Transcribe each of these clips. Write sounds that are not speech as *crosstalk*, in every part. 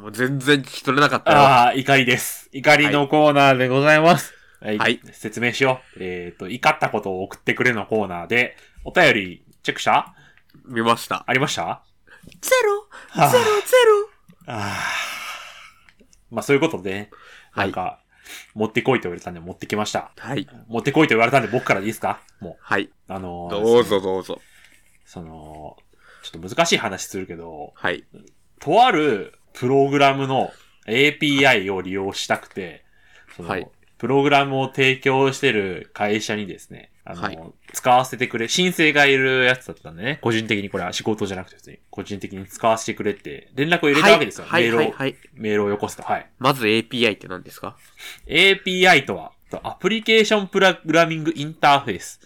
もう全然聞き取れなかったよ。ああ、怒りです。怒りのコーナーでございます。はい。はい説明しよう。えっ、と、怒ったことを送ってくれのコーナーで、お便り、チェックした見ました。ありましたゼロあーゼロゼあーまあ、そういうことで、ね、はないんか、持ってこいと言われたんで持ってきました。ロはい。持ってこいと言われたんで僕からでいいですかもはい。う。あのーどうぞどうぞ。その、ちょっと難しい話するけど、はい。とあるプログラムの API を利用したくて、そのはいプログラムを提供してる会社にですね、あの、はい使わせてくれ、申請がいるやつだったんでね、個人的にこれは仕事じゃなくて普通に、個人的に使わせてくれって連絡を入れたわけですよ。はい、メールを、はい、はい。メールをよこすと。はい。まず API って何ですか API とは、アプリケーションプログラミングインターフェース。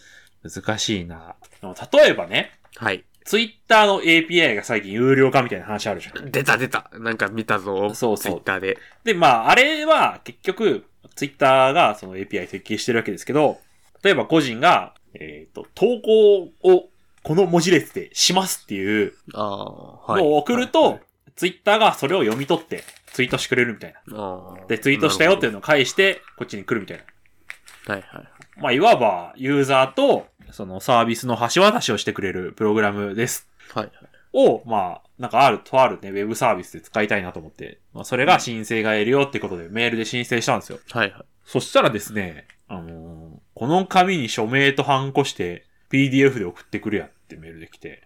難しいな。あの例えばね、はい。ツイッターの API が最近有料化みたいな話あるじゃん。出た出た。なんか見たぞ。そうそう Twitter で。で、まあ、あれは結局、ツイッターがその API 設計してるわけですけど、例えば個人が、えっ、と、投稿をこの文字列でしますっていうああ、はい。のを送るはいと、ツイッターがそれを読み取ってツイートしてくれるみたいな。ああで、ツイートしたよっていうのを返して、こっちに来るみたいな。なるほどはい、はい。まあ、いわばユーザーとそのサービスの橋渡しをしてくれるプログラムです。はい。を、まあ、なんかある、とあるね、ウェブサービスで使いたいなと思って、まあ、それが申請がいるよってことでメールで申請したんですよ。はい、はい。そしたらですね、あのーこの紙に署名とハンコして PDF で送ってくるやってメールできて、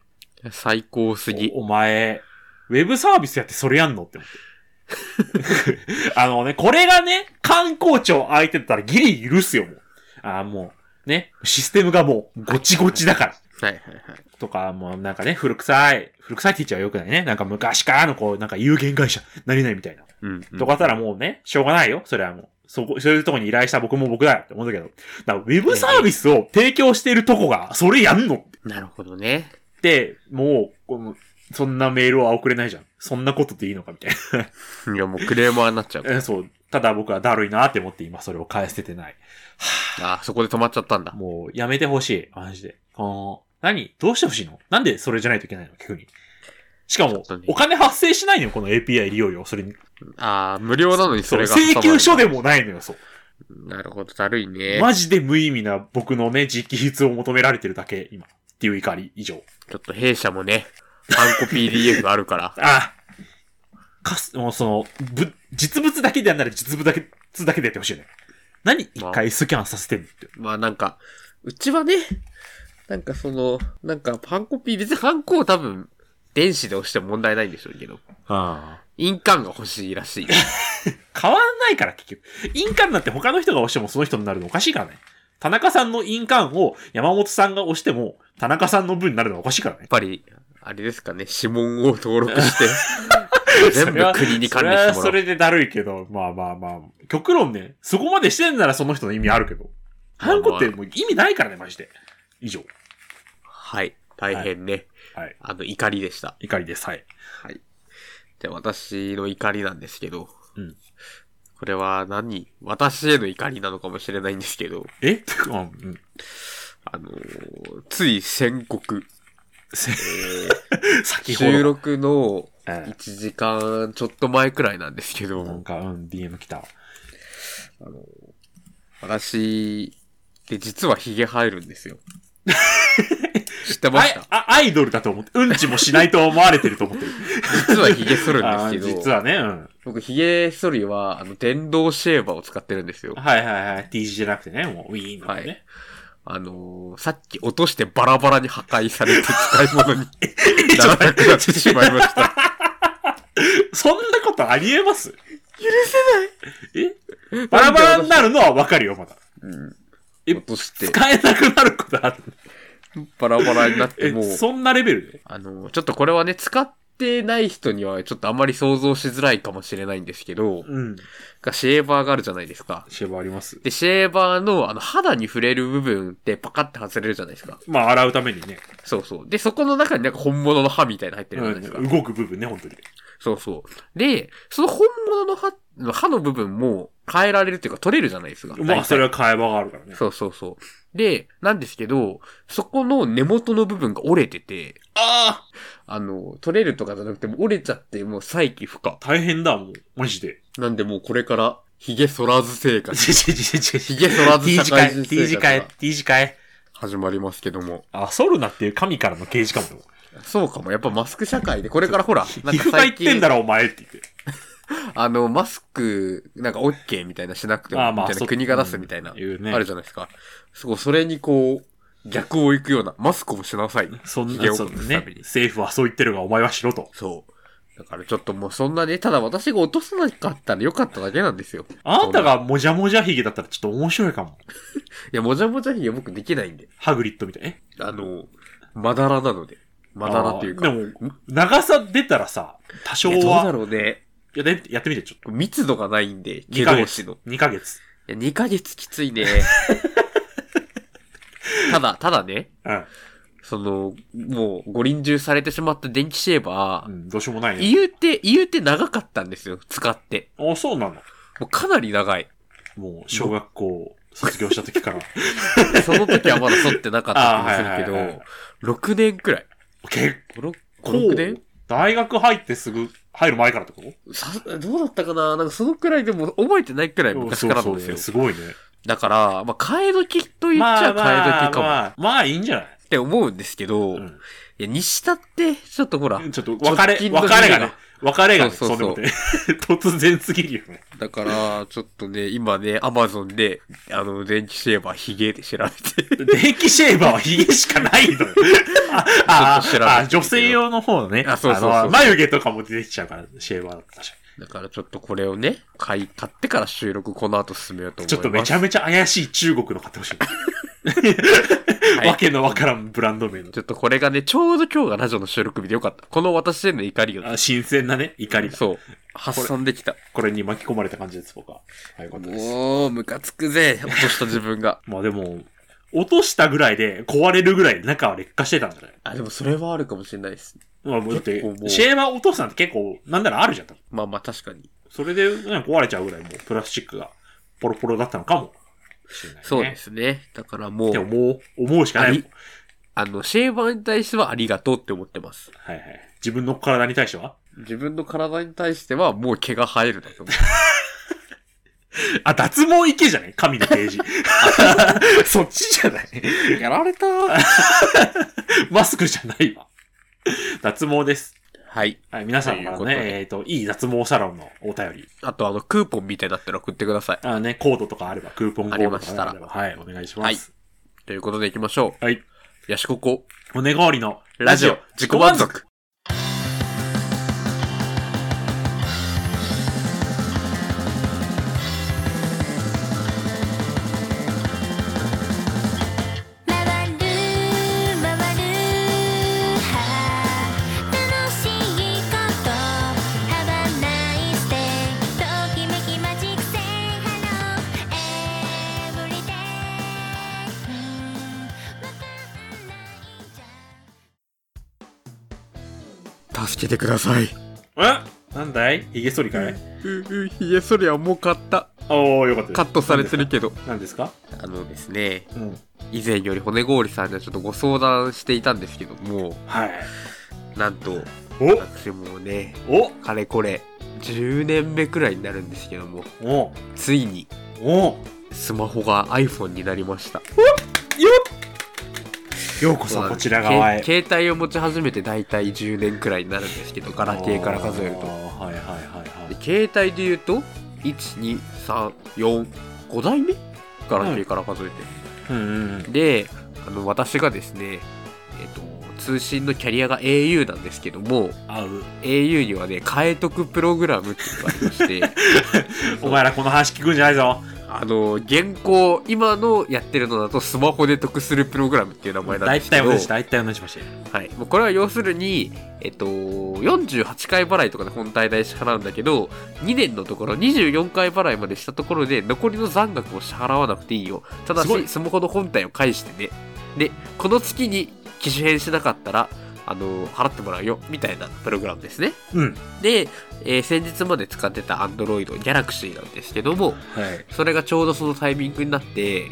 最高すぎ。おお前、ウェブサービスやってそれやんのって思って。 *laughs* あのね、これがね、観光庁相手だったらギリ許すよ、もう。ああ、もう、ね、システムがもう、ごちごちだから。はい、はい、はい。とか、もうなんかね、古臭い、古臭いって言っちゃよくないね。なんか昔からのこう、なんか有限会社、何々みたいな。うん、うんとかだったらもうね、しょうがないよ。それはもう。そこ、そういうとこに依頼した僕も僕だよって思うんだけど。だからウェブサービスを提供しているとこが、それやんのっなるほどね。て、もうこの、そんなメールは送れないじゃん。そんなことでいいのかみたいいや、もうクレーマーになっちゃう。な。 *laughs* えそう。ただ僕はだるいなって思って今それを返せてない。ああ、そこで止まっちゃったんだ。もうやめてほしい。マジで。この、何どうしてほしいのなんでそれじゃないといけないの逆に。しかちょもっとね、お金発生しないのよ、この API 利用料。それに。ああ、無料なのにそそうれが挟まれ請る。求書でもないのよ、そう。なるほど、だるいね。マジで無意味な僕のね、実機筆を求められてるだけ、今。っていう怒り、以上。ちょっと弊社もね、ハンコ PDF があるから。 *laughs* あかす、もうその、ぶ、実物だけでやんなら実物だけ、実物だけでやってほしいよね。何一回スキャンさせてんのって。まあなんか、うちはね、なんかその、なんかハンコ P、別にハンコを多分、電子で押しても問題ないんでしょうけど、ああ。印鑑が欲しいら *laughs* しい。変わんないから、結局。印鑑なんて他の人が押してもその人になるのおかしいからね。田中さんの印鑑を山本さんが押しても、田中さんの分になるのはおかしいからねやっ。ぱり、あれですかね、指紋を登録して、全部国に管理してそれはもそらう。れでだるいけど、まあまあまあ。極論ね、そこまでしてんならその人の意味あるけど。 *laughs* ハンコってもう意味ないからね、マジで。以上。はい。大変ね。はい。あの、怒りでした。怒りです。はい。はい。で、私の怒りなんですけど、うんこれは何私への怒りなのかもしれないんですけど、え *laughs* うんうん。あのーつい宣告、せえ *laughs* ー先ほど。収録のうん1時間ちょっと前くらいなんですけど、なんか、うん、DM 来た。あのー私、で、実はヒゲ生えるんです *laughs* よ。知ってまあしたあ、アイドルだと思って、うんちもしないと思われてると思ってる。 *laughs* 実はヒゲ剃るあんでーすけど、実はね、うん。僕ヒゲ剃りは、あの、電動シェーバーを使ってるんですよ。はいはいはい。T 字じゃなくてね、もう、ウィーンのね。はいあのーさっき落としてバラバラに破壊されて使い物 *laughs* にならなくなってしまいました。そんなことありえ *laughs* ます許せない。えバラバラになるのはわかるよ、まだ。うんえ落として、使えなくなることある。バラバラになってえ、もう、そんなレベルであのーちょっとこれはね、使ってない人にはちょっとあまり想像しづらいかもしれないんですけど、うん。がシェーバーがあるじゃないですか。シェーバーあります。で、シェーバーのあの肌に触れる部分ってパカって外れるじゃないですか。まあ、洗うためにね、そうそう。で、そこの中になんか本物の歯みたいなの入ってるじゃないですかう。ん動く部分ね、本当に。そうそう。で、その本物の歯の歯の部分も変えられるっていうか取れるじゃないですか。まあ、大体それは会話があるからね。そうそうそう。で、なんですけど、そこの根元の部分が折れてて、あああの、取れるとかじゃなくて、もう折れちゃって、もう再起不可。大変だ、もう。マジで。なんでもうこれから、髭剃らず生活、 *laughs* ひ髭剃らず T 社字会会、人 T 生字活会が、 T 字会。始まりますけども。あ、ソルナっていう神からの刑事かも。そうかも。やっぱマスク社会で、これからほら、なん皮か膚科行最ってん近だ、ろ、お前って言って。あの、マスク、なんか OK みたいなしなくてあも、ーまみあたいそなう国が出すみたいな、うん言うねあるじゃないですか。すごい、それにこう、逆を行くような、マスクをしなさい。そん髭な、をそう隠すたねめに。政府はそう言ってるが、お前はしろと。そう。だからちょっともうそんなね、ただ私が落とさなかったらよかっただけなんですよ。あなたそんな。がもじゃもじゃひげだったらちょっと面白いかも。いや、もじゃもじゃひげ僕できないんで。ハグリッドみたい。えあの、まだらなので。まだらっていうか。あーでも、長さ出たらさ、多少いやどうだは、ろうね。やってやってみて、ちょっと。密度がないんで、毛2ヶ同士月の。。 2ヶ月。いや、2ヶ月きつい *laughs* ね。ただ、ただね、うんその、もう、ご臨終されてしまった電気シェーバうー、ん。どうしようもないね。言うて、言うて長かったんですよ、使って。あ、そうなの。もうかなり長い。もう、小学校卒業した *laughs* 時から。その時はまだ剃ってなかった気もするけ *laughs* あーはいはいはいど、6年くらい。結5、構、 6年大学入ってすぐ、入る前からってことさどうだったかななんかそのくらいでも覚えてないくらい昔からなんですよ。すごいね。だから、まあ、替え時と言っちゃ替え時かも、まあ、まあいいんじゃないって思うんですけど、ういんや、西田って、ちょっとほら、ちょっと、別れ、直近別のれがね、別れがね、そうそそんうでそうもね、 *laughs* 突然すぎるよね。だから、ちょっとね、今ね、アマゾンで、あの、電気シェーバーヒゲで調べて、 *laughs* 電気シェーバーはヒゲしかないのよ。あちょっと調べてみてよあ、あ、女性用の方のね。あそうそうそうの眉毛とかも出てきちゃうから、シェーバーだったし。だからちょっとこれをね、買い、買ってから収録この後進めようと思います。ちょっとめちゃめちゃ怪しい中国の買ってほしい。はいわけのわからんブランド名の。ちょっとこれがね、ちょうど今日がラジオの収録日でよかった。この私への怒りを、あ新鮮なね、怒りが。そう、発散できた。これに巻き込まれた感じです、僕は。はい、よかったです。もう、ムカつくぜ、落とした自分が。まあでも、落としたぐらいで壊れるぐらい中は劣化してたんじゃないあ、でもそれはあるかもしれないです。まあもうだって結構も、うシェーバー落とすなんて結構、なんならあるじゃん。多分まあまあ確かに。それで、ね、壊れちゃうぐらいもうプラスチックがポロポロだったのかもしれない、ね。そうで。すね。だからもうで、ももう、思うしかなあいり。あの、シェーバーに対してはありがとうって思ってます。はいはい。自分の体に対しては自分の体に対してはもう毛が生えるだと思う。あ、脱毛いけじゃない神の *laughs* 啓示。そっちじゃないやられたーマスクじゃないわ。脱毛です。はい。はい、皆さんからということね、でえっ、と、いい脱毛サロンのお便り。あとあの、クーポンみたいになったら送ってください。あのね、コードとかあれば、クーポンコードとかねあありれば、はい、お願いします。ということで行きましょはい。う。ヤシココ、お願わりのラジオ、自己満足。 「まわるまわるは楽しいこと」「ハワないステときめきマジックセイハローエブリデイ」「わかんないじゃん」助けてください。えなんだい髭剃りかい、う、う、ひげそりはもう買った。おー、よかったですカットされてるけど。何ですかあのですね、何ですか以前より骨氷さんにはちょっとご相談していたんですけども、うん。はい。なんと、お私もね、おかれこれ、10年目くらいになるんですけども、おついに、おスマホが iPhone になりました。ようこそこちら側へけ。携帯を持ち始めて大体10年くらいになるんですけど、ガラケーから数えるあーと。はいはいはいはい。で携帯で言うと、1、2、3、4、5代目ガラケーから数えて。うんうんうん。で、あの、私がですね、えっ、と、通信のキャリアが au なんですけども、合う。 au にはね、変えとくプログラムっていうのがありまして、 *laughs* お前らこの話聞くんじゃないぞ。あの、現行、今のやってるのだとスマホで得するプログラムっていう名前なん大ですけ体ど、同じ、大体同じ場所。はい。もうこれは要するに、えっと、48回払いとかで本体代支払うんだけど、2年のところ24回払いまでしたところで、残りの残額を支払わなくていいよ。ただすごいし、スマホの本体を返してね。で、この月に機種変しなかったら、あの、払ってもらうよ、みたいなプログラムですね。うん。で、えー先日まで使ってた Android、Galaxy なんですけども、はい。それがちょうどそのタイミングになって、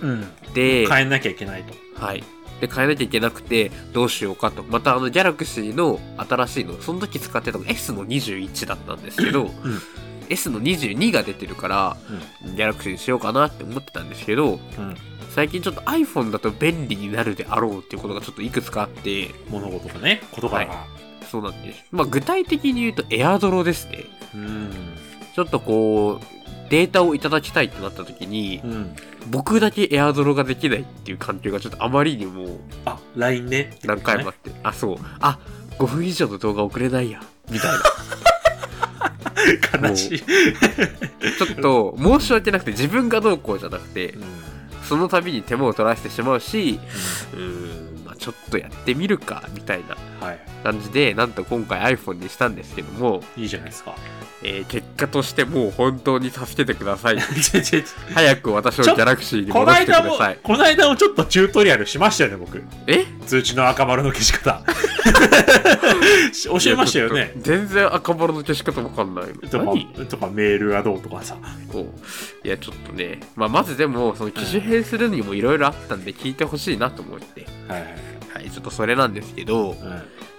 うん。で、変えなきゃいけないと。はい。で、変えなきゃいけなくて、どうしようかと。また、あの、ギャラクシーの新しいの、その時使ってたのが S の21だったんですけど、S の22が出てるから、ギャラクシーにしようかなって思ってたんですけど、うん。最近ちょっと iPhone だと便利になるであろうっていうことがちょっといくつかあって、物事がね、言葉が。そうなんです。まあ、具体的に言うと、エアドロですね。うん。ちょっとこう、データをいただきたいってなった時に、うん。僕だけエアドロができないっていう環境がちょっとあまりにもあ、LINE ね。何回もあって、あ、そう、あ、5分以上の動画送れないや、みたいな。悲しい。ちょっと、申し訳なくて、自分がどうこうじゃなくてう、んその度に手間を取らせてしまうし、うーん、まあちょっとやってみるか、みたいなはい。感じで、なんと今回 iPhone にしたんですけども、いいじゃないで *laughs* すか。えー結果としてもう本当に助けてください。ちょちょち早く私をギャラクシーにょこ戻のしてく間だもさい、。この間もちょっとチュートリアルしましたよね、僕。え通知の赤丸の消し方。教えましたよいやねちょ。っと全然赤丸の消し方わかんない。と何か、とかメールはどうとかさ。こういやちょっとね、まあ、まずでもその機種変するにもいろいろあったんで聞いてほしいなと思って、はいはい。はい、ちょっとそれなんですけど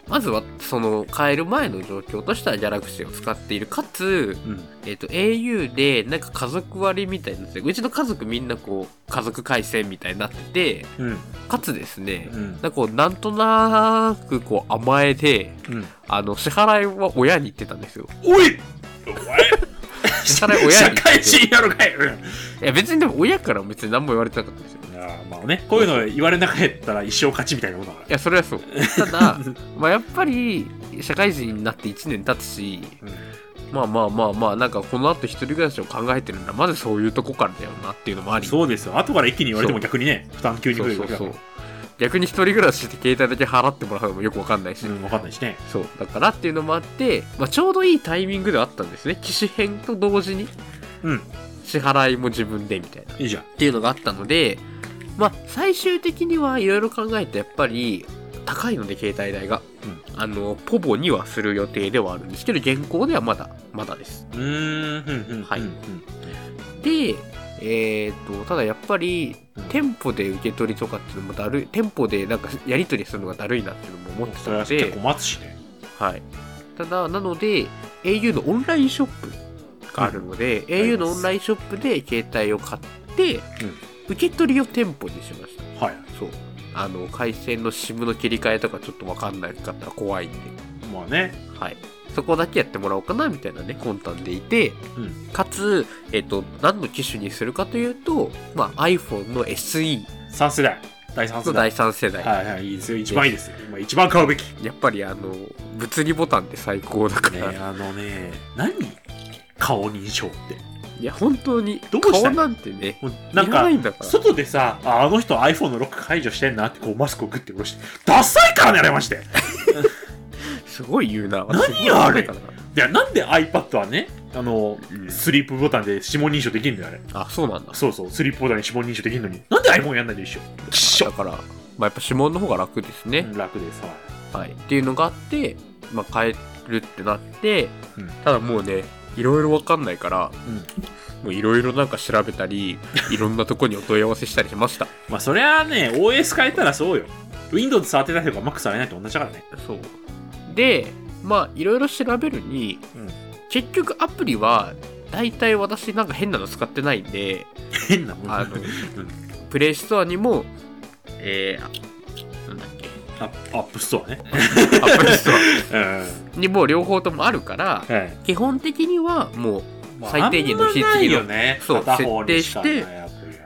まずはその変える前の状況としてはギャラクシーを使っているかつ、うん。うん。えっと au でなんか家族割みたいなやつでうちの家族みんなこう家族回線みたいになっててうん。かつですねうん。なんかこうなんとなくこう甘えてうん。あの支払いは親に行ってたんですよ。おいお前支払い親に行社って会人やろかい、うんいや別にでも親からも別に何も言われてなかったんですよ。いやまあね、こういうの言われなかったら一生勝ちみたいなもんだかいやそれは *laughs* そうただ、まあ、やっぱり社会人になって1年経つしら。まあまあまあまあなんかこの後一人暮らしを考えてるんだまずそういうとこからだよなっていうのもありそうですよ。後から一気に言われても逆にね、負担急に増そえうるそわうけだそかうら。逆に一人暮らしして携帯だけ払ってもらうのもよくわかんないし、うん、分かんないしね。そうだからっていうのもあって、まあ、ちょうどいいタイミングではあったんですね機種変と同時にうん、支払いも自分でみたいな。いいじゃん。っていうのがあったので、まあ、最終的にはいろいろ考えてやっぱり高いので携帯代が、あのポボにはする予定ではあるんですけど現行ではまだまだですうーん、うん、うん。はいうんでえー、とただやっぱりうん店舗で受け取りとかっていうのもだるい店舗でなんかやり取りするのがだるいなっていうのも思ってそたれはの結構で、待つしね。はい、ただなので au のオンラインショップがあるので、au のオンラインショップで携帯を買って、受け取りを店舗にしましたはい。そうあの回線の SIM の切り替えとかちょっと分かんなかったら怖いんで、まあね。はい、そこだけやってもらおうかなみたいなね魂胆でいてうん。かつ、えっと何の機種にするかというと、まあ、iPhone の SE 3世代。第3世の代第。3世代、はいはい、いいですよ。一番いいですよ。今一番買うべき。やっぱりあの物理ボタンって最高だかねら、あのね、何顔認証って。いや本当にどうしたい顔なんてねもういならんなかい、んだから外でさ、ああの人 iPhone のロック解除してんなってこうマスクをグッて下ろして、ダサいからね、あれまして。すごい言うな何よあれすごい言ういや、なんで iPad はね、あの、うんスリープボタンで指紋認証できるのよ、あれ。なあそうなんだそうそう、スリープボタンで指紋認証できるのに。なんで iPhone やんないで一緒きっしだょ。から、まあ、やっぱ指紋の方が楽ですね、うん楽でさ。はい、っていうのがあって、まあ、変えるってなって、うんただもうねいろいろわかんないからうん。もういろいろなんか調べた *laughs* りいろんなとこにお問い合わせしたりしましたまあ、そりゃあね、OS 変えたらそうよ。Windows 触ってた人が Mac 触れないと同じだからね。そうでまあいろいろ調べるに、うん結局アプリは大体私なんか変なの使ってないんで変なもんああのプレイストアにもえー、なんだっけアップストアね。アップルストうん。アにも両方ともあるから *laughs* はい。基本的にはもうまあ最低限の必あんまない須よのね。そう片方にしかない設定アプリは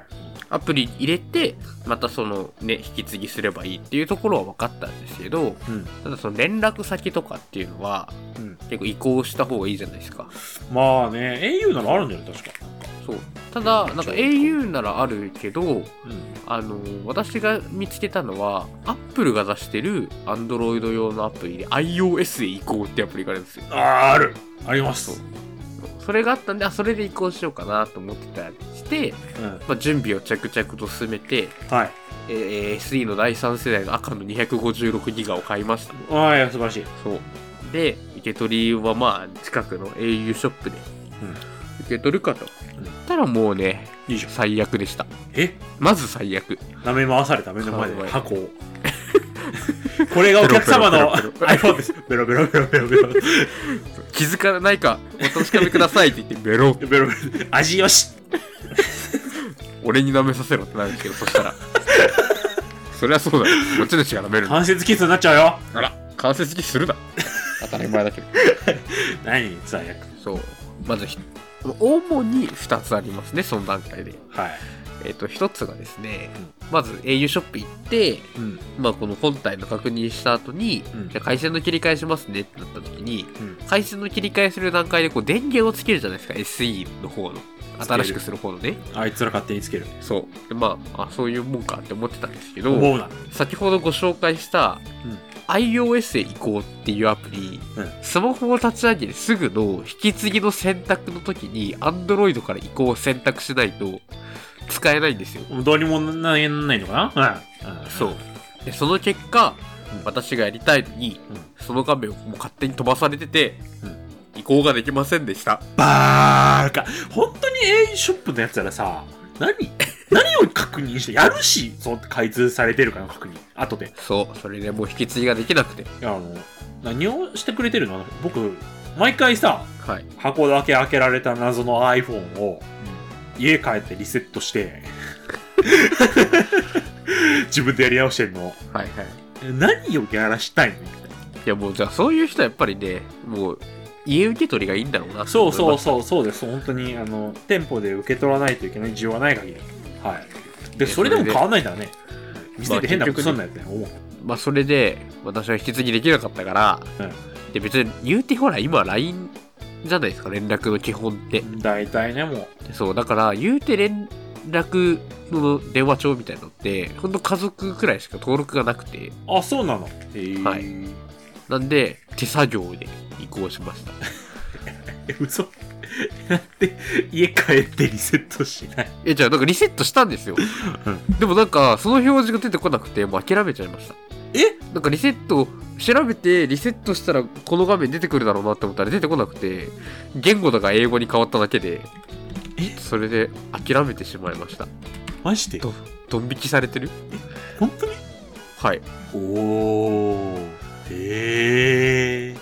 アプリ入れてまたそのね引き継ぎすればいいっていうところは分かったんですけどうん。ただその連絡先とかっていうのはうん。結構移行した方がいいじゃないですかまあね、au ならあるんだよね、確か。そうただなんか au ならあるけどうん。あの私が見つけたのは Apple が出してる Android 用のアプリで iOS へ移行ってアプリがあるんですよああ、ある。ありまそうす。それがあったんであそれで移行しようかなと思ってたりして、うん。まあ、準備を着々と進めて、はい。えー SE の第3世代の赤の256ギガを買いましたああ、いや、素晴らしい。そう。で、受け取りはまあ、近くの au ショップで、うん受け取るかと。うんたらもうね、いいじゃん。最悪でしたえまず最悪舐め回された目の前はでい箱を。これがお客様のペロペロペロ iPhone です。ベロベロベロベロベロ。ベ気づかないかお確かめくださいって言ってベロロベロ。味よし俺に舐めさせろってなるんですけどそしたら *laughs* そりゃそうだよこっちの血が舐めるんだ関節キスになっちゃうよあら関節キスするな当たり前だけど何最悪。そうまずひ主に2つありますねその段階ではい。えっ、と1つがですねまず au ショップ行ってうん。まあこの本体の確認した後に、うんじゃあ回線の切り替えしますねってなった時に、うん回線の切り替えする段階でこう電源をつけるじゃないですか SE の方の新しくする方のねあいつら勝手につける。そうでまああそういうもんかって思ってたんですけ思どうな。先ほどご紹介した、うん iOS へ移行っていうアプリ、うんスマホを立ち上げてすぐの引き継ぎの選択の時に Android から移行を選択しないと使えないんですよどうにもならないのかなうん。うんそう。で、その結果、うん私がやりたいのに、うんその画面をもう勝手に飛ばされてて、移行ができませんでした。バーカ本当に A ショップのやつらさ何何を確認してやるしそう開通されてるかの確認後でそう、それでもう引き継ぎができなくて。あの何をしてくれてるの僕毎回さはい。箱だけ開けられた謎の iPhone を家帰ってリセットして *laughs* 自分でやり直してんのはいはい。何をやらしたいのみたいいやもう、じゃあそういう人はやっぱりね、もう、家受け取りがいいんだろうななそうそうう。そうそうです本当にあの店舗で受け取らないといけない需要はない限りはいでねそれでもそれで変わんないんだね店で変なことすんなよって思うまあそれで、私は引き継ぎできなかったから、で別に言うてほら、今 LINE じゃないですか、連絡の基本って。大体ねもそう、だから、言うて連絡の電話帳みたいなのって、ほんと家族くらいしか登録がなくて、うあそうなのへえはいなんで、手作業で移行しました。え嘘 *laughs* なんで家帰ってリセットしないえ、じゃあ、なんかリセットしたんですよ。うでもなんか、その表示が出てこなくて、もう諦めちゃいました。えなんかリセット、調べて、リセットしたら、この画面出てくるだろうなって思ったら出てこなくて、言語だから英語に変わっただけで、えそれで諦めてしまいました。マジでどドン引きされてる本当にはい。おおへえ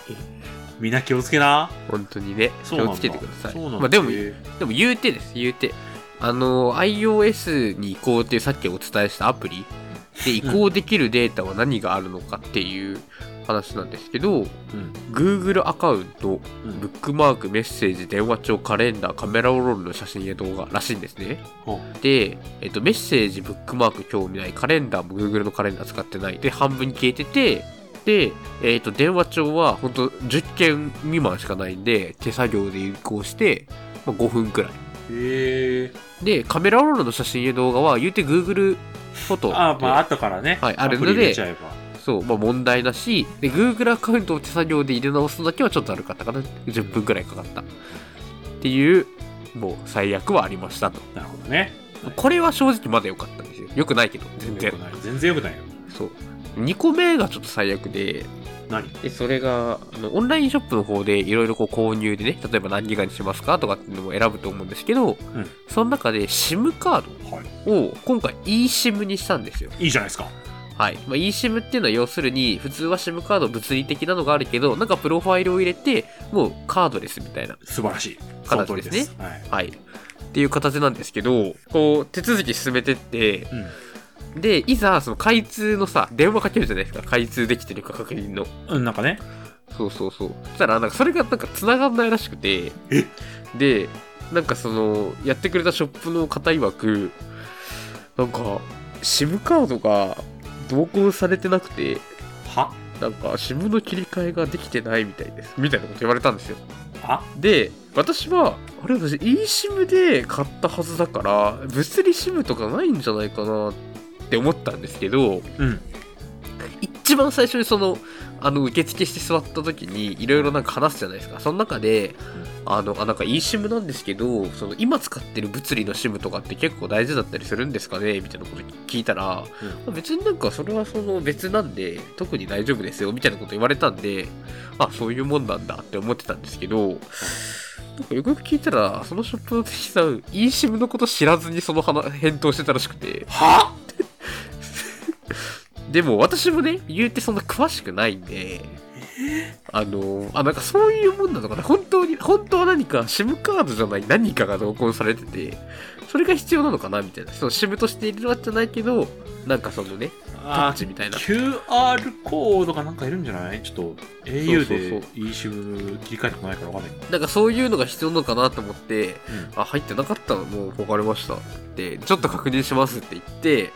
みんな気をつけな本当にね、そ気うなんをだつけてください。そうなんだ、まあでも、へでも言うてです、言うて。あの、iOS に移行っていうさっきお伝えしたアプリで移行できるデータは何があるのかっていう話なんですけど、えうん Google アカウント、うんブックマーク、メッセージ、電話帳、カレンダー、カメラロールの写真や動画らしいんですね。ほで、えっと、メッセージ、ブックマーク興味ない、カレンダーも Google のカレンダー使ってない。で、半分消えてて、で、えっと、電話帳は本当10件未満しかないんで、手作業で移行して、まあ、5分くらい。うへえで、カメラロールの写真や動画は、言うて Google フォトで。あまあ後からね、はいあるのでアプリ入れちゃえばそう、まあ問題なし、で、Google アカウントを手作業で入れ直すのだけはちょっと悪かったかな。10分くらいかかった。っていう、もう最悪はありましたと。なるほどねこれは正直まだ良かったんですよ。良くないけど、全よ然く。ない全然よくないよそう。2個目がちょっと最悪で、何でそれがあのオンラインショップの方でいろいろこう購入でね例えば何ギガにしますかとかっていうのも選ぶと思うんですけど、んその中で SIM カーはドを今回 eSIM にしたんですよいいいじゃないですかはい、まあ、eSIM っていうのは要するに普通は SIM カード物理的なのがあるけどなんかプロファイルを入れてもうカードですみたいな素晴らしいその形通りですでねすははいいっていう形なんですけどこう手続き進めてってうんでいざその開通のさ電話かけるじゃないですか開通できてるか確認のうん、なんかね。そうそうそう。そしたら、なんかそれがなんか繋がんないらしくて。えで、なんかその、やってくれたショップの方曰く、なんか、SIM カードが同梱されてなくて、はなんか SIM の切り替えができてないみたいです。みたいなこと言われたんですよ。あで、私は、あれ私 eSIM で買ったはずだから、物理 SIM とかないんじゃないかなって思ったんですけど、うん。一番最初にそのあの受付して座った時にいろいろなんか話すじゃないですかその中で、あのあなんか eSIM なんですけどその今使ってる物理の SIM とかって結構大事だったりするんですかねみたいなこと聞いたら、別になんかそれはその別なんで特に大丈夫ですよみたいなこと言われたんであそういうもんなんだって思ってたんですけど、なんかよくよく聞いたら、そのショップの敵さん、eSIM のこと知らずにその話返答してたらしくて。はでも私もね、言うてそんな詳しくないんで、あの、あ、なんかそういうもんなのかな。本当に、本当は何か SIM カードじゃない何かが同梱されてて、それが必要なのかなみたいな。その SIM として入れるわけじゃないけど、なんかそのね、タあッチみたいな。 QR コードかなんかいるんじゃないちょっと au そうでそう eSIM 切り替えてこないからわかんないけどなんかそういうのが必要なのかなと思って、うんあ、入ってなかったのもう分かりましたって、ちょっと確認しますって言って、うん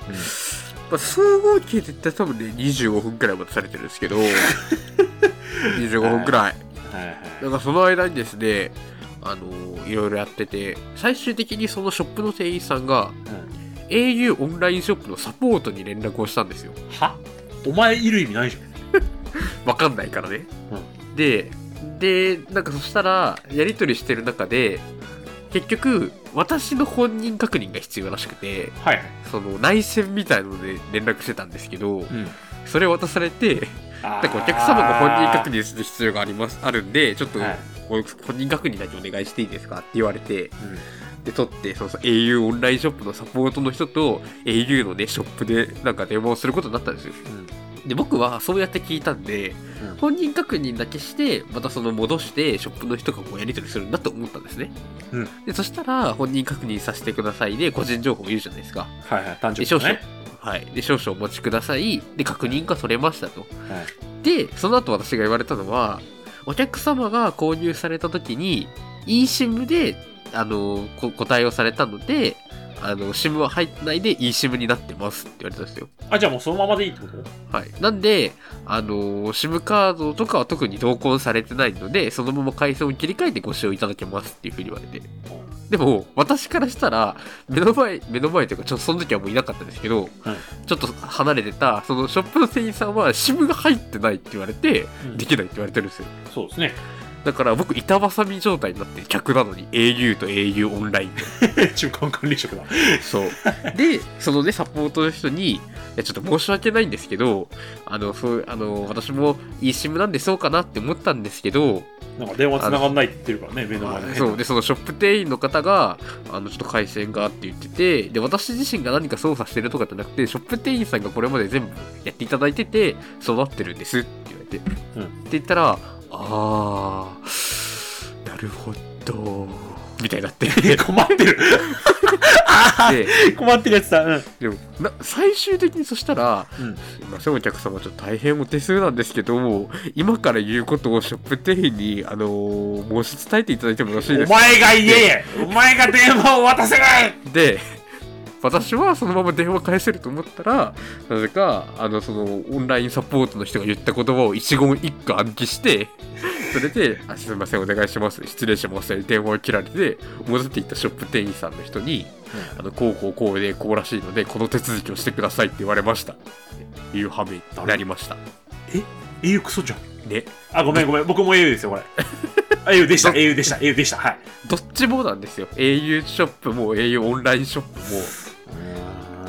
まあ、総合計で言ったら多分ね、25分くらい待たされてるんです *laughs* けど、25分くらい。はいはいなんかその間にですね、あのーいろいろやってて、最終的にそのショップの店員さんが、うん au オンラインショップのサポートに連絡をしたんですよ。はお前いる意味ないじゃんわかんないからね。で、で、なんかそしたら、やり取りしてる中で、結局、私の本人確認が必要らしくて、はいはいその内線みたいので連絡してたんですけど、うんそれを渡されて、あなんーかお客様が本人確認する必要があります、あるんで、ちょっと、はい本人確認だけお願いしていいですかって言われて、うんで、撮って、そうそう、au オンラインショップのサポートの人と、au のね、ショップで、なんか電話をすることになったんですよ。うんで、僕はそうやって聞いたんで、うん本人確認だけして、またその戻して、ショップの人がこうやり取りするんだと思ったんですね。うんで、そしたら、本人確認させてくださいで、個人情報を言うじゃないですか。はいはい誕生で、日少の々、ねはい。で、少々お待ちください。で、確認が取れましたと。はいで、その後私が言われたのは、お客様が購入された時に、eSIM で、あの、こご対応されたので、あの、SIM は入ってないで eSIM になってますって言われたんですよ。あじゃあもうそのままでいいってことはい。なんで、あの、SIM カードとかは特に同梱されてないので、そのまま回線を切り替えてご使用いただけますっていうふうに言われて。でも、私からしたら、目の前、目の前というか、ちょっとその時はもういなかったんですけど、ちょっと離れてた、そのショップの店員さんは SIM が入ってないって言われて、うんできないって言われてるんですよ。そうですね *laughs* だから僕、板挟み状態になってる客なのに、au と au オンラインで。中間管理職だ *laughs* そう。で、そのね、サポートの人に、いやちょっと申し訳ないんですけど、あの、そう、あの、私も eSIM なんでそうかなって思ったんですけど、なんか電話つながんないって言ってるからね目の前でそう、で、そのショップ店員の方が、あの、ちょっと回線がって言ってて、で、私自身が何か操作してるとかじゃなくて、ショップ店員さんがこれまで全部やっていただいてて、そうなってるんですって言われて。うんって言ったら、あー、なるほど、みたいにな *laughs* って。 *laughs* 困ってるで困ってるやつだうんでもな最終的にそしたら「うんすいませんお客様ちょっと大変お手数なんですけども今から言うことをショップ店員に、あのー申し伝えていただいてもよろしいでおすか?前が言えお前が電話を渡せない」で私はそのまま電話返せると思ったらなぜかあのそのオンラインサポートの人が言った言葉を一言一句暗記してそれで「あすいませんお願いします失礼します」電話を切られて戻っていったショップ店員さんの人に「あのこうこうこうでこうらしいのでこの手続きをしてください」って言われましたっていう羽目になりました英雄クソじゃんねあごめんごめん僕も英雄ですよこれあ英雄でした英雄でした英雄でしたはいどっちもなんですよ au ショップも au オンラインショップ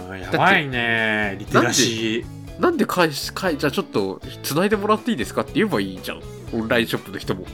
もやばばいいねリテテララシシなんで返し返じゃあちょっと繋いでもらっていいですかって言えばいいじゃんオンラインショップの人も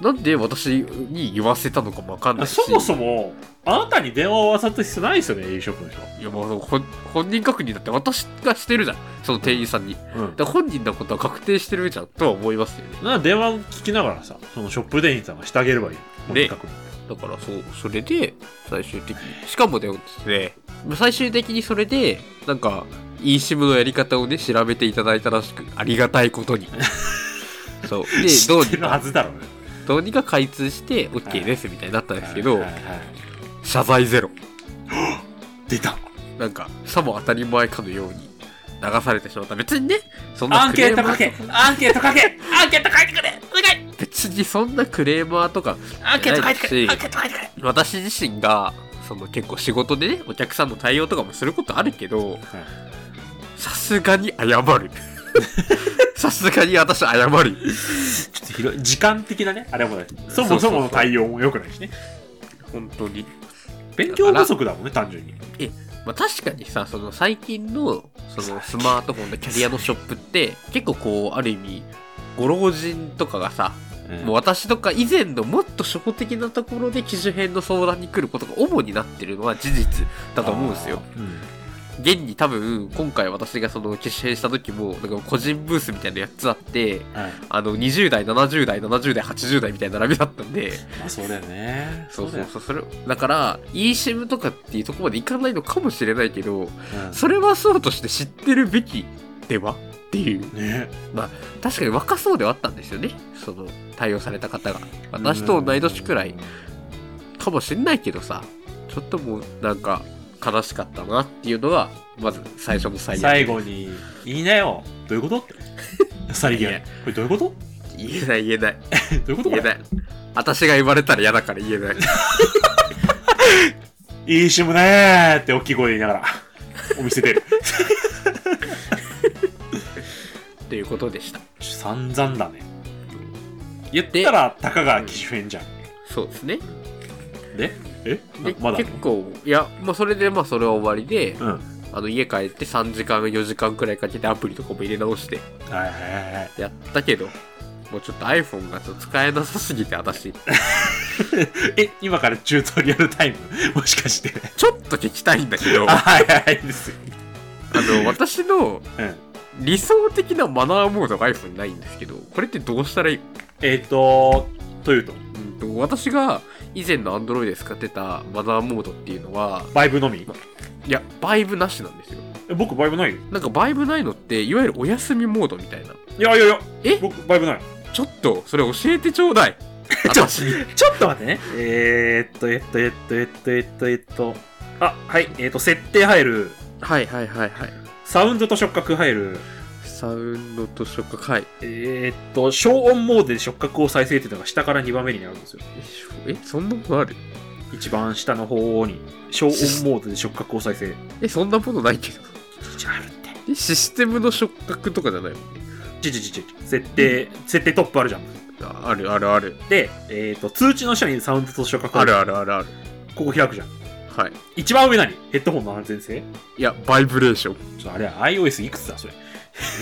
なんで私に言わせたのかもわかんないしそもそもあなたに電話を渡す必要ないですよね英雄ショップの人いやもう本本人確認だって私がしてるじゃんその店員さんにだかうんら本人のことは確定してるじゃんとは思いますよねなら電話聞きながらさそのショップ店員さんがしてあげればいいでとにかくだからそうそれで最終的にしかもだよですね最終的にそれでなんか eSIM のやり方をね調べていただいたらしくありがたいこと *laughs* にそうでどう知ってにるはかずだろうねどうにか開通して OK ですみたいになったんですけど、はいはいはい謝罪ゼロ出たなんかさも当たり前かのように流されてしまった別にねそんアなンクケレーーマトーかけアンケートかけアンケート書いてくれお願い別にそんなクレーマーとかアンケート書いてくれないしアンケート書いてくれ私自身がその結構仕事でねお客さんの対応とかもすることあるけどさすがに謝 *laughs* るさすがに私謝るちょっと広い時間的だねあれもねそもそもの対応も良くないしね本当に勉強不足だもんね単純にまあ、確かにさその最近のそのスマートフォンのキャリアのショップって結構こうある意味ご老人とかがさうんもう私とか以前のもっと初歩的なところで機種編の相談に来ることが主になってるのは事実だと思うんですよ。あー。うん現に多分今回私がその機種編した時もなんか個人ブースみたいなやつあってはい。あの20代70代70代80代みたいな並びだったんでまあ、そうだよね。そうだそうよそうそれだから eSIM とかっていうとこまでいかないのかもしれないけどうんそれはそうとして知ってるべきではっていうね。確かに若そうではあったんですよねその対応された方が私と同い年くらいかもしんないけどさちょっともうなんか悲しかったなっていうのがまず最初の最悪最後に、言いなよ。どういうことって。 *laughs* さりげいやん。これどういうこと言えない言えないどういうことこ言えなれい私が言われたら嫌だから言えないいいシムねーって大きい声で言いながら、お店出る。っていうことでした散々だね。言ったら、たかが機種変じゃん。そうですねでえでままだ結構いや、まあ、それでまあそれは終わりで、うん。はいあの家帰って3時間4時間くらいかけてアプリとかも入れ直してはいはいはい。やったけどもうちょっと iPhone がちょっと使えなさすぎて私え、今からチュートリアルタイム *laughs* もしかして。ちょっと聞きたいんだけど *laughs* あ、あはいはいはいですよ。の私のうん。理想的なマナーモードが iPhone にないんですけどこれってどうしたらいいえっ、と、というと、うんと私が以前の Android で使ってたマナーモードっていうのはバイブのみいやバイブなしなんですよえ僕、バイブないよ。なんかバイブないのっていわゆるお休みモードみたいないやいやいや、え僕、バイブない。ちょっとそれ教えてちょうだい *laughs* ちょ私にちょっと待ってね。えー、っと、えっと、えっと、えっと、えっと、えっと。あ、はい。えっと、設定入る。はいはいはいはいサウンドと触覚入る。サウンドと触覚はいえー、っと、消音モードで触覚を再生っていうのが下から2番目になるんですよ。えそんなことある一番下の方に、消音モードで触覚を再生。えそんなことないけどあるって。えシステムの触覚とかじゃないもんねちちちち設定、設定トップあるじゃん。ああるあるあるで、えっと通知の下にサウンドと触覚ああるるあるあるあるここ開くじゃんはい一番上何ヘッドホンの安全性いやバイブレーションちょっとあれ iOS いくつだそ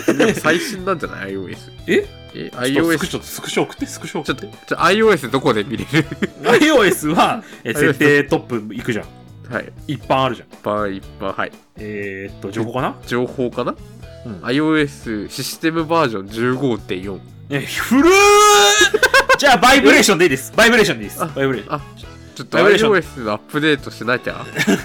れでも最新なんじゃない iOS ええち iOS ょっとスクショちょっとスクショ送ちってスクショ送ょっっとちょ iOS どこで見れる *laughs* て iOS はえ iOS 設定トップいくじゃんはい一般あるじゃん一般一般はいえー、っと情報かな情報かな、うん iOS システムバージョン15.4え古ー *laughs* じゃあバイブレーションでいいですバイブレーションでいいですあバイブレーションあちょっとバイブレーション iOS のアップデートしなきゃ *laughs*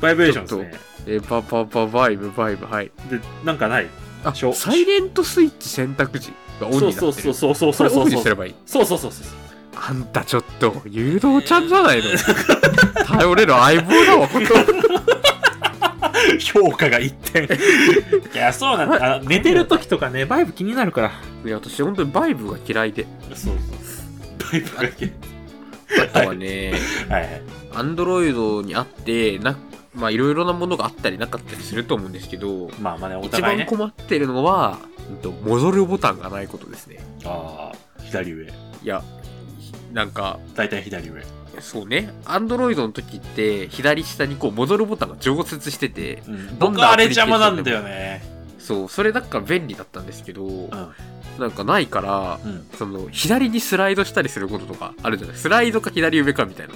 バイブレーションですねえババババイブバイブはいでなんかないあしょサイレントスイッチ選択時がオンになそっうてるそうそうそうそうそこれうそオうフにそうすればいいそうそうそうそうあんたちょっと誘導ちゃんじゃ *laughs* ないの頼れる相棒だわこれ評価が一 *laughs* 点いやそうなんだあの寝てる時とかねバイブ気になるからいや私本当にバイブが嫌いでそうそう。バイブがけ。あとはねはいはい。アンドロイドにあってなまあいろいろなものがあったりなかったりすると思うんですけどまあまあね、お一互番いね。困ってるのは、うんと戻るボタンがないことですねああ、左上。いやなんか大体左上。そうねアンドロイドの時って左下にこう戻るボタンが常設しててうん。どん僕なアあプれリケーショ邪ンでも魔なんだよね。そうそれだから便利だったんですけど、んなんかないからうん。うん。その左にスライドしたりすることとかあるじゃないスライドか左上かみたいな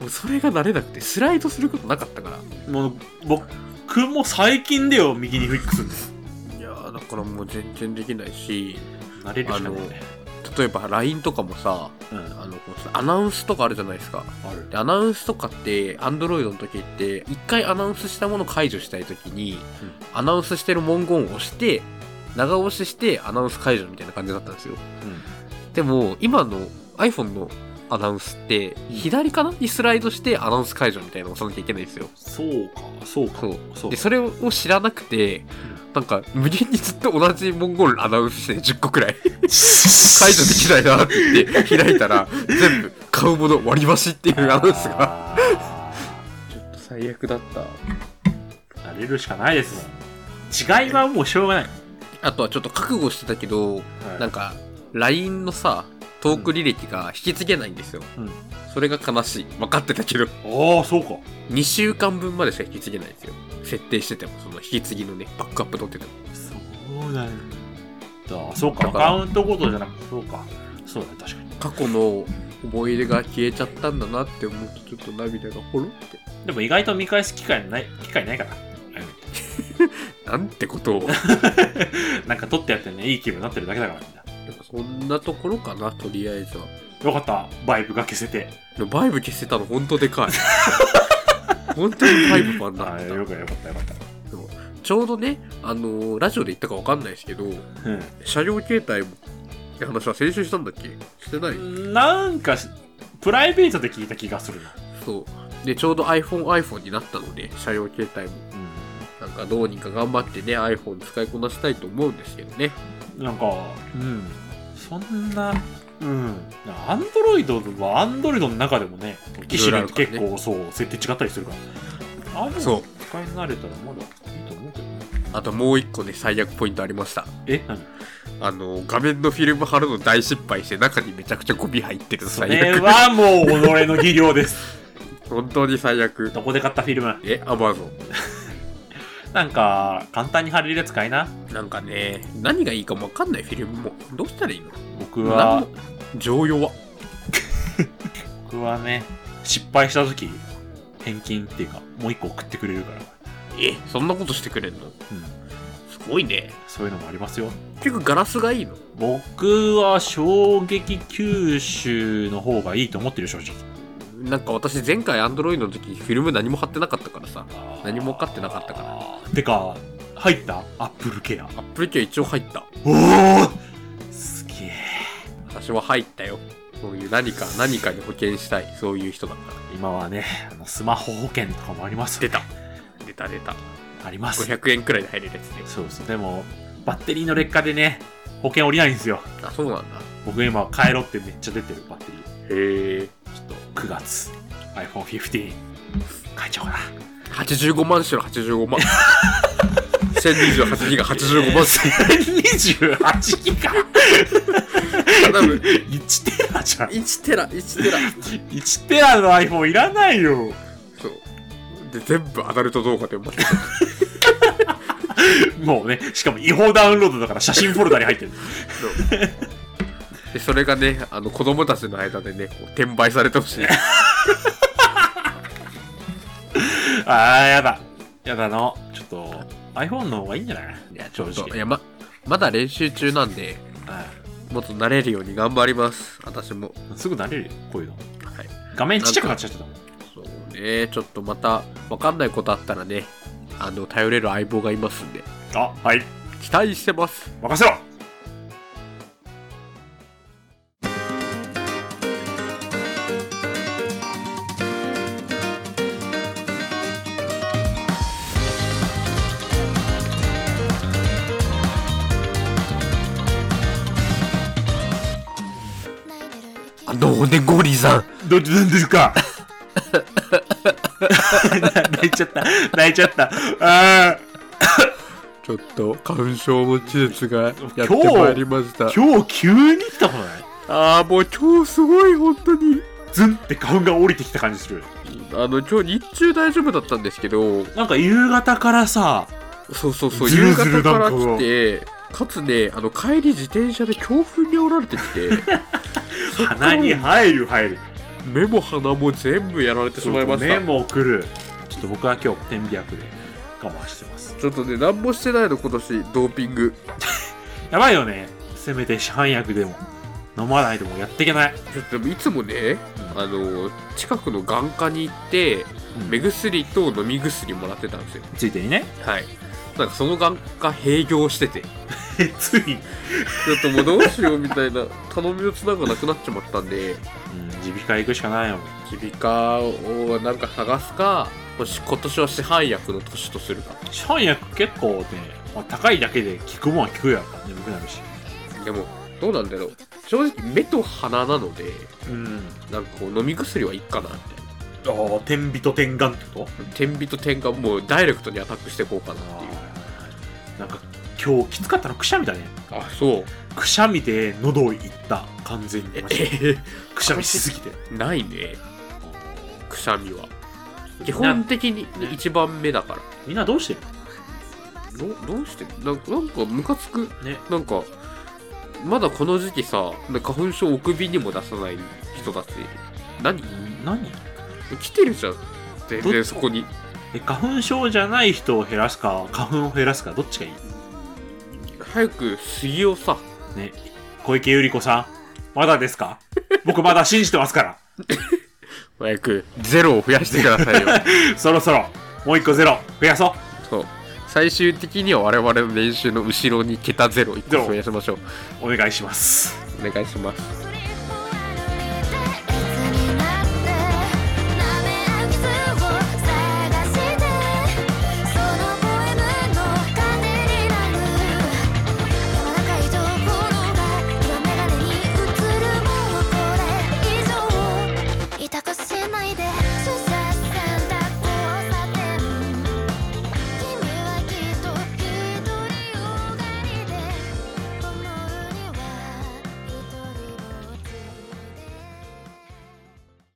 もうそれが慣れなくてスライドすることなかったからもう、僕も最近だよ、右にフリックするの。いやーだからもう全然できないし慣れるしかないね。例えば LINE とかもさうん。あのこうアナウンスとかあるじゃないですかある。でアナウンスとかってアンドロイドの時って一回アナウンスしたものを解除したい時に、アナウンスしてる文言を押して長押ししてアナウンス解除みたいな感じだったんですよでも今の iPhone のアナウンスってうん左かなにスライドしてアナウンス解除みたいなのを押さなきゃいけないんですよそうか、そうか。そうそうでそれを知らなくてなんか無限にずっと同じ文言アナウンスして10個くらい解除できないなって言って開いたら全部買うもの割り箸っていうアナウンスがあちょっと最悪だったー慣れるしかないですもん。違いはもうしょうがない。あとはちょっと覚悟してたけどなんか LINE のさトーク履歴が引き継げないんですよ、うんそれが悲しい分かってたけどああ、そうか。 2週間分までしか引き継げないんですよ設定しててもその引き継ぎのねバックアップ取っててもそうなんだそうか、だアからカウントごとじゃなくて、そうか。そうだね、確かに。過去の思い入れが消えちゃったんだなって思うとちょっと涙がほろってでも意外と見返す機会ない、機会ないから。なんて *laughs* ことをで *laughs* なんか撮ってやってね、いい気分になってるだけだからみんな。もそんなところかなとりあえずはよかった、バイブが消せて。でもバイブ消せたのほんとでかい *laughs* 本当にバイブファンだあっあ、たよかった、よかった、よかった。ちょうどねあのーラジオで言ったかわかんないですけどうん。車両携帯って話は先週したんだっけしてないなんかし、プライベートで聞いた気がするな。そうでちょうど iPhoneiPhone になったので車両携帯もなんかどうにか頑張ってね iPhone 使いこなしたいと思うんですけどねなんか、うん。そんな、うん。アンドロイドはアンドロイドの中でもね、機種によってい結ろい構そう、設定違ったりするから。ああいうそのう使い慣れたらまだいいと思うけどね。あともう一個ね最悪ポイントありましたえ何あの画面のフィルム貼るの大失敗して中にめちゃくちゃゴミ入ってるそ最れ悪はもう己の技量です。 *laughs* *laughs* 本当に最悪どこで買ったフィルムえアマゾなんか、簡単に貼れるやつ買いな。ンなんかね何がいいかもわかんないフィルムもどうしたらいいの僕なんはも、常用は僕はね、失敗した時、返金っていうか、もう一個送ってくれるから。えそんなことしてくれんのうん。すごいねそういうのもありますよ。結局ガラスがいいの僕は衝撃吸収の方がいいと思ってる正直なんか私前回アンドロイドの時フィルム何も貼ってなかったからさ何も分かってなかったかららてか入ったアップルケアアップルケア一応入ったおおすげえ私は入ったよそういう何か何かに保険したいそういう人だから今はねあのスマホ保険とかもあります出た出た出たあります500円くらいで入れるやつねそうそうでもバッテリーの劣化でね保険降りないんですよあそうなんだ僕今変えろってめっちゃ出てるバッテリーへえちょっと9月 iPhone15 変えちゃおうか *laughs* な85万しろ85万1028ギガ85万し28ギガろ多分1テラじゃん1テラ1テラ1テラの iPhone いらないよそうで全部アダルト動画で埋まってるもうねしかも違法ダウンロードだから写真フォルダに入ってるけ *laughs* どでそれがねあの子供たちの間でねこう転売されてほしいあーやだやだのちょっと iPhone の方がいいんじゃないいや、ち正ょっと、い直や、ま、まだ練習中なんで、もっと慣れるように頑張ります。私も。うんすぐ慣れるよこういうのはい。画面ちっちゃくなっちゃってたもんそうね、ちょっとまた、わかんないことあったらね、あの、頼れる相棒がいますんで、あはい期待してます。任せろあの、ね、ゴリさん。どなんですか *laughs* 泣いちゃった泣いちゃったあーちょっと、花粉症の季節がやって今日まいりました。今日急に来たことないああ、もう今日すごい、本当に。ズンって花粉が降りてきた感じするあの、今日日中大丈夫だったんですけど、なんか夕方からさそうそうそう、ずるず夕る方からなんか来て、かつね、あの、帰り自転車で強風に煽られてきて、 *laughs* 鼻に入る入る目も鼻も全部やられてしまいまし目たも来るちょっと僕は今日天秤役で我慢してますちょっとね何もしてないの今年ドーピングやばいよねせめて市販薬でも飲まないでもやっていけない、ちょっとでもいつもねあの近くの眼科に行ってうん目薬と飲み薬もらってたんですよついてにねはいなんかその眼科閉業しててち *laughs* つい、ょっともうどうしようみたいな頼みの綱がなくなっちまったんでうん、耳鼻科行くしかないよ耳鼻科をなんか探すかもし今年は市販薬の年とするか市販薬結構ね、まあ、高いだけで効くもんは効くやろから眠くなるしでもどうなんだろう正直目と鼻なのでうんなんかこう飲み薬はいっかなみたいなああ天秤と天眼ってこと点火と点火もうダイレクトにアタックしていこうかなっあていうあなんか今日きつかったのくしゃみだねあそうくしゃみで喉をいった完全にえマジでくしゃみしすぎてないねくしゃみは基みん本な的に一番目だからみんなどうしてるどどうしてなんかなんかムカつくねなんかまだこの時期さ花粉症お首にも出さない人たち何何来てるじゃん全どっ然ちそこにえ花粉症じゃない人を減らすか花粉を減らすかどっちがいい早く杉をさね小池百合子さんまだですか僕まだ信じてますから早くゼロを増やしてください *laughs* よそろそろもう一個ゼロ増やそうそう最終的には我々の練習の後ろに桁ゼロ1個増やしましょうお願いしますお願いします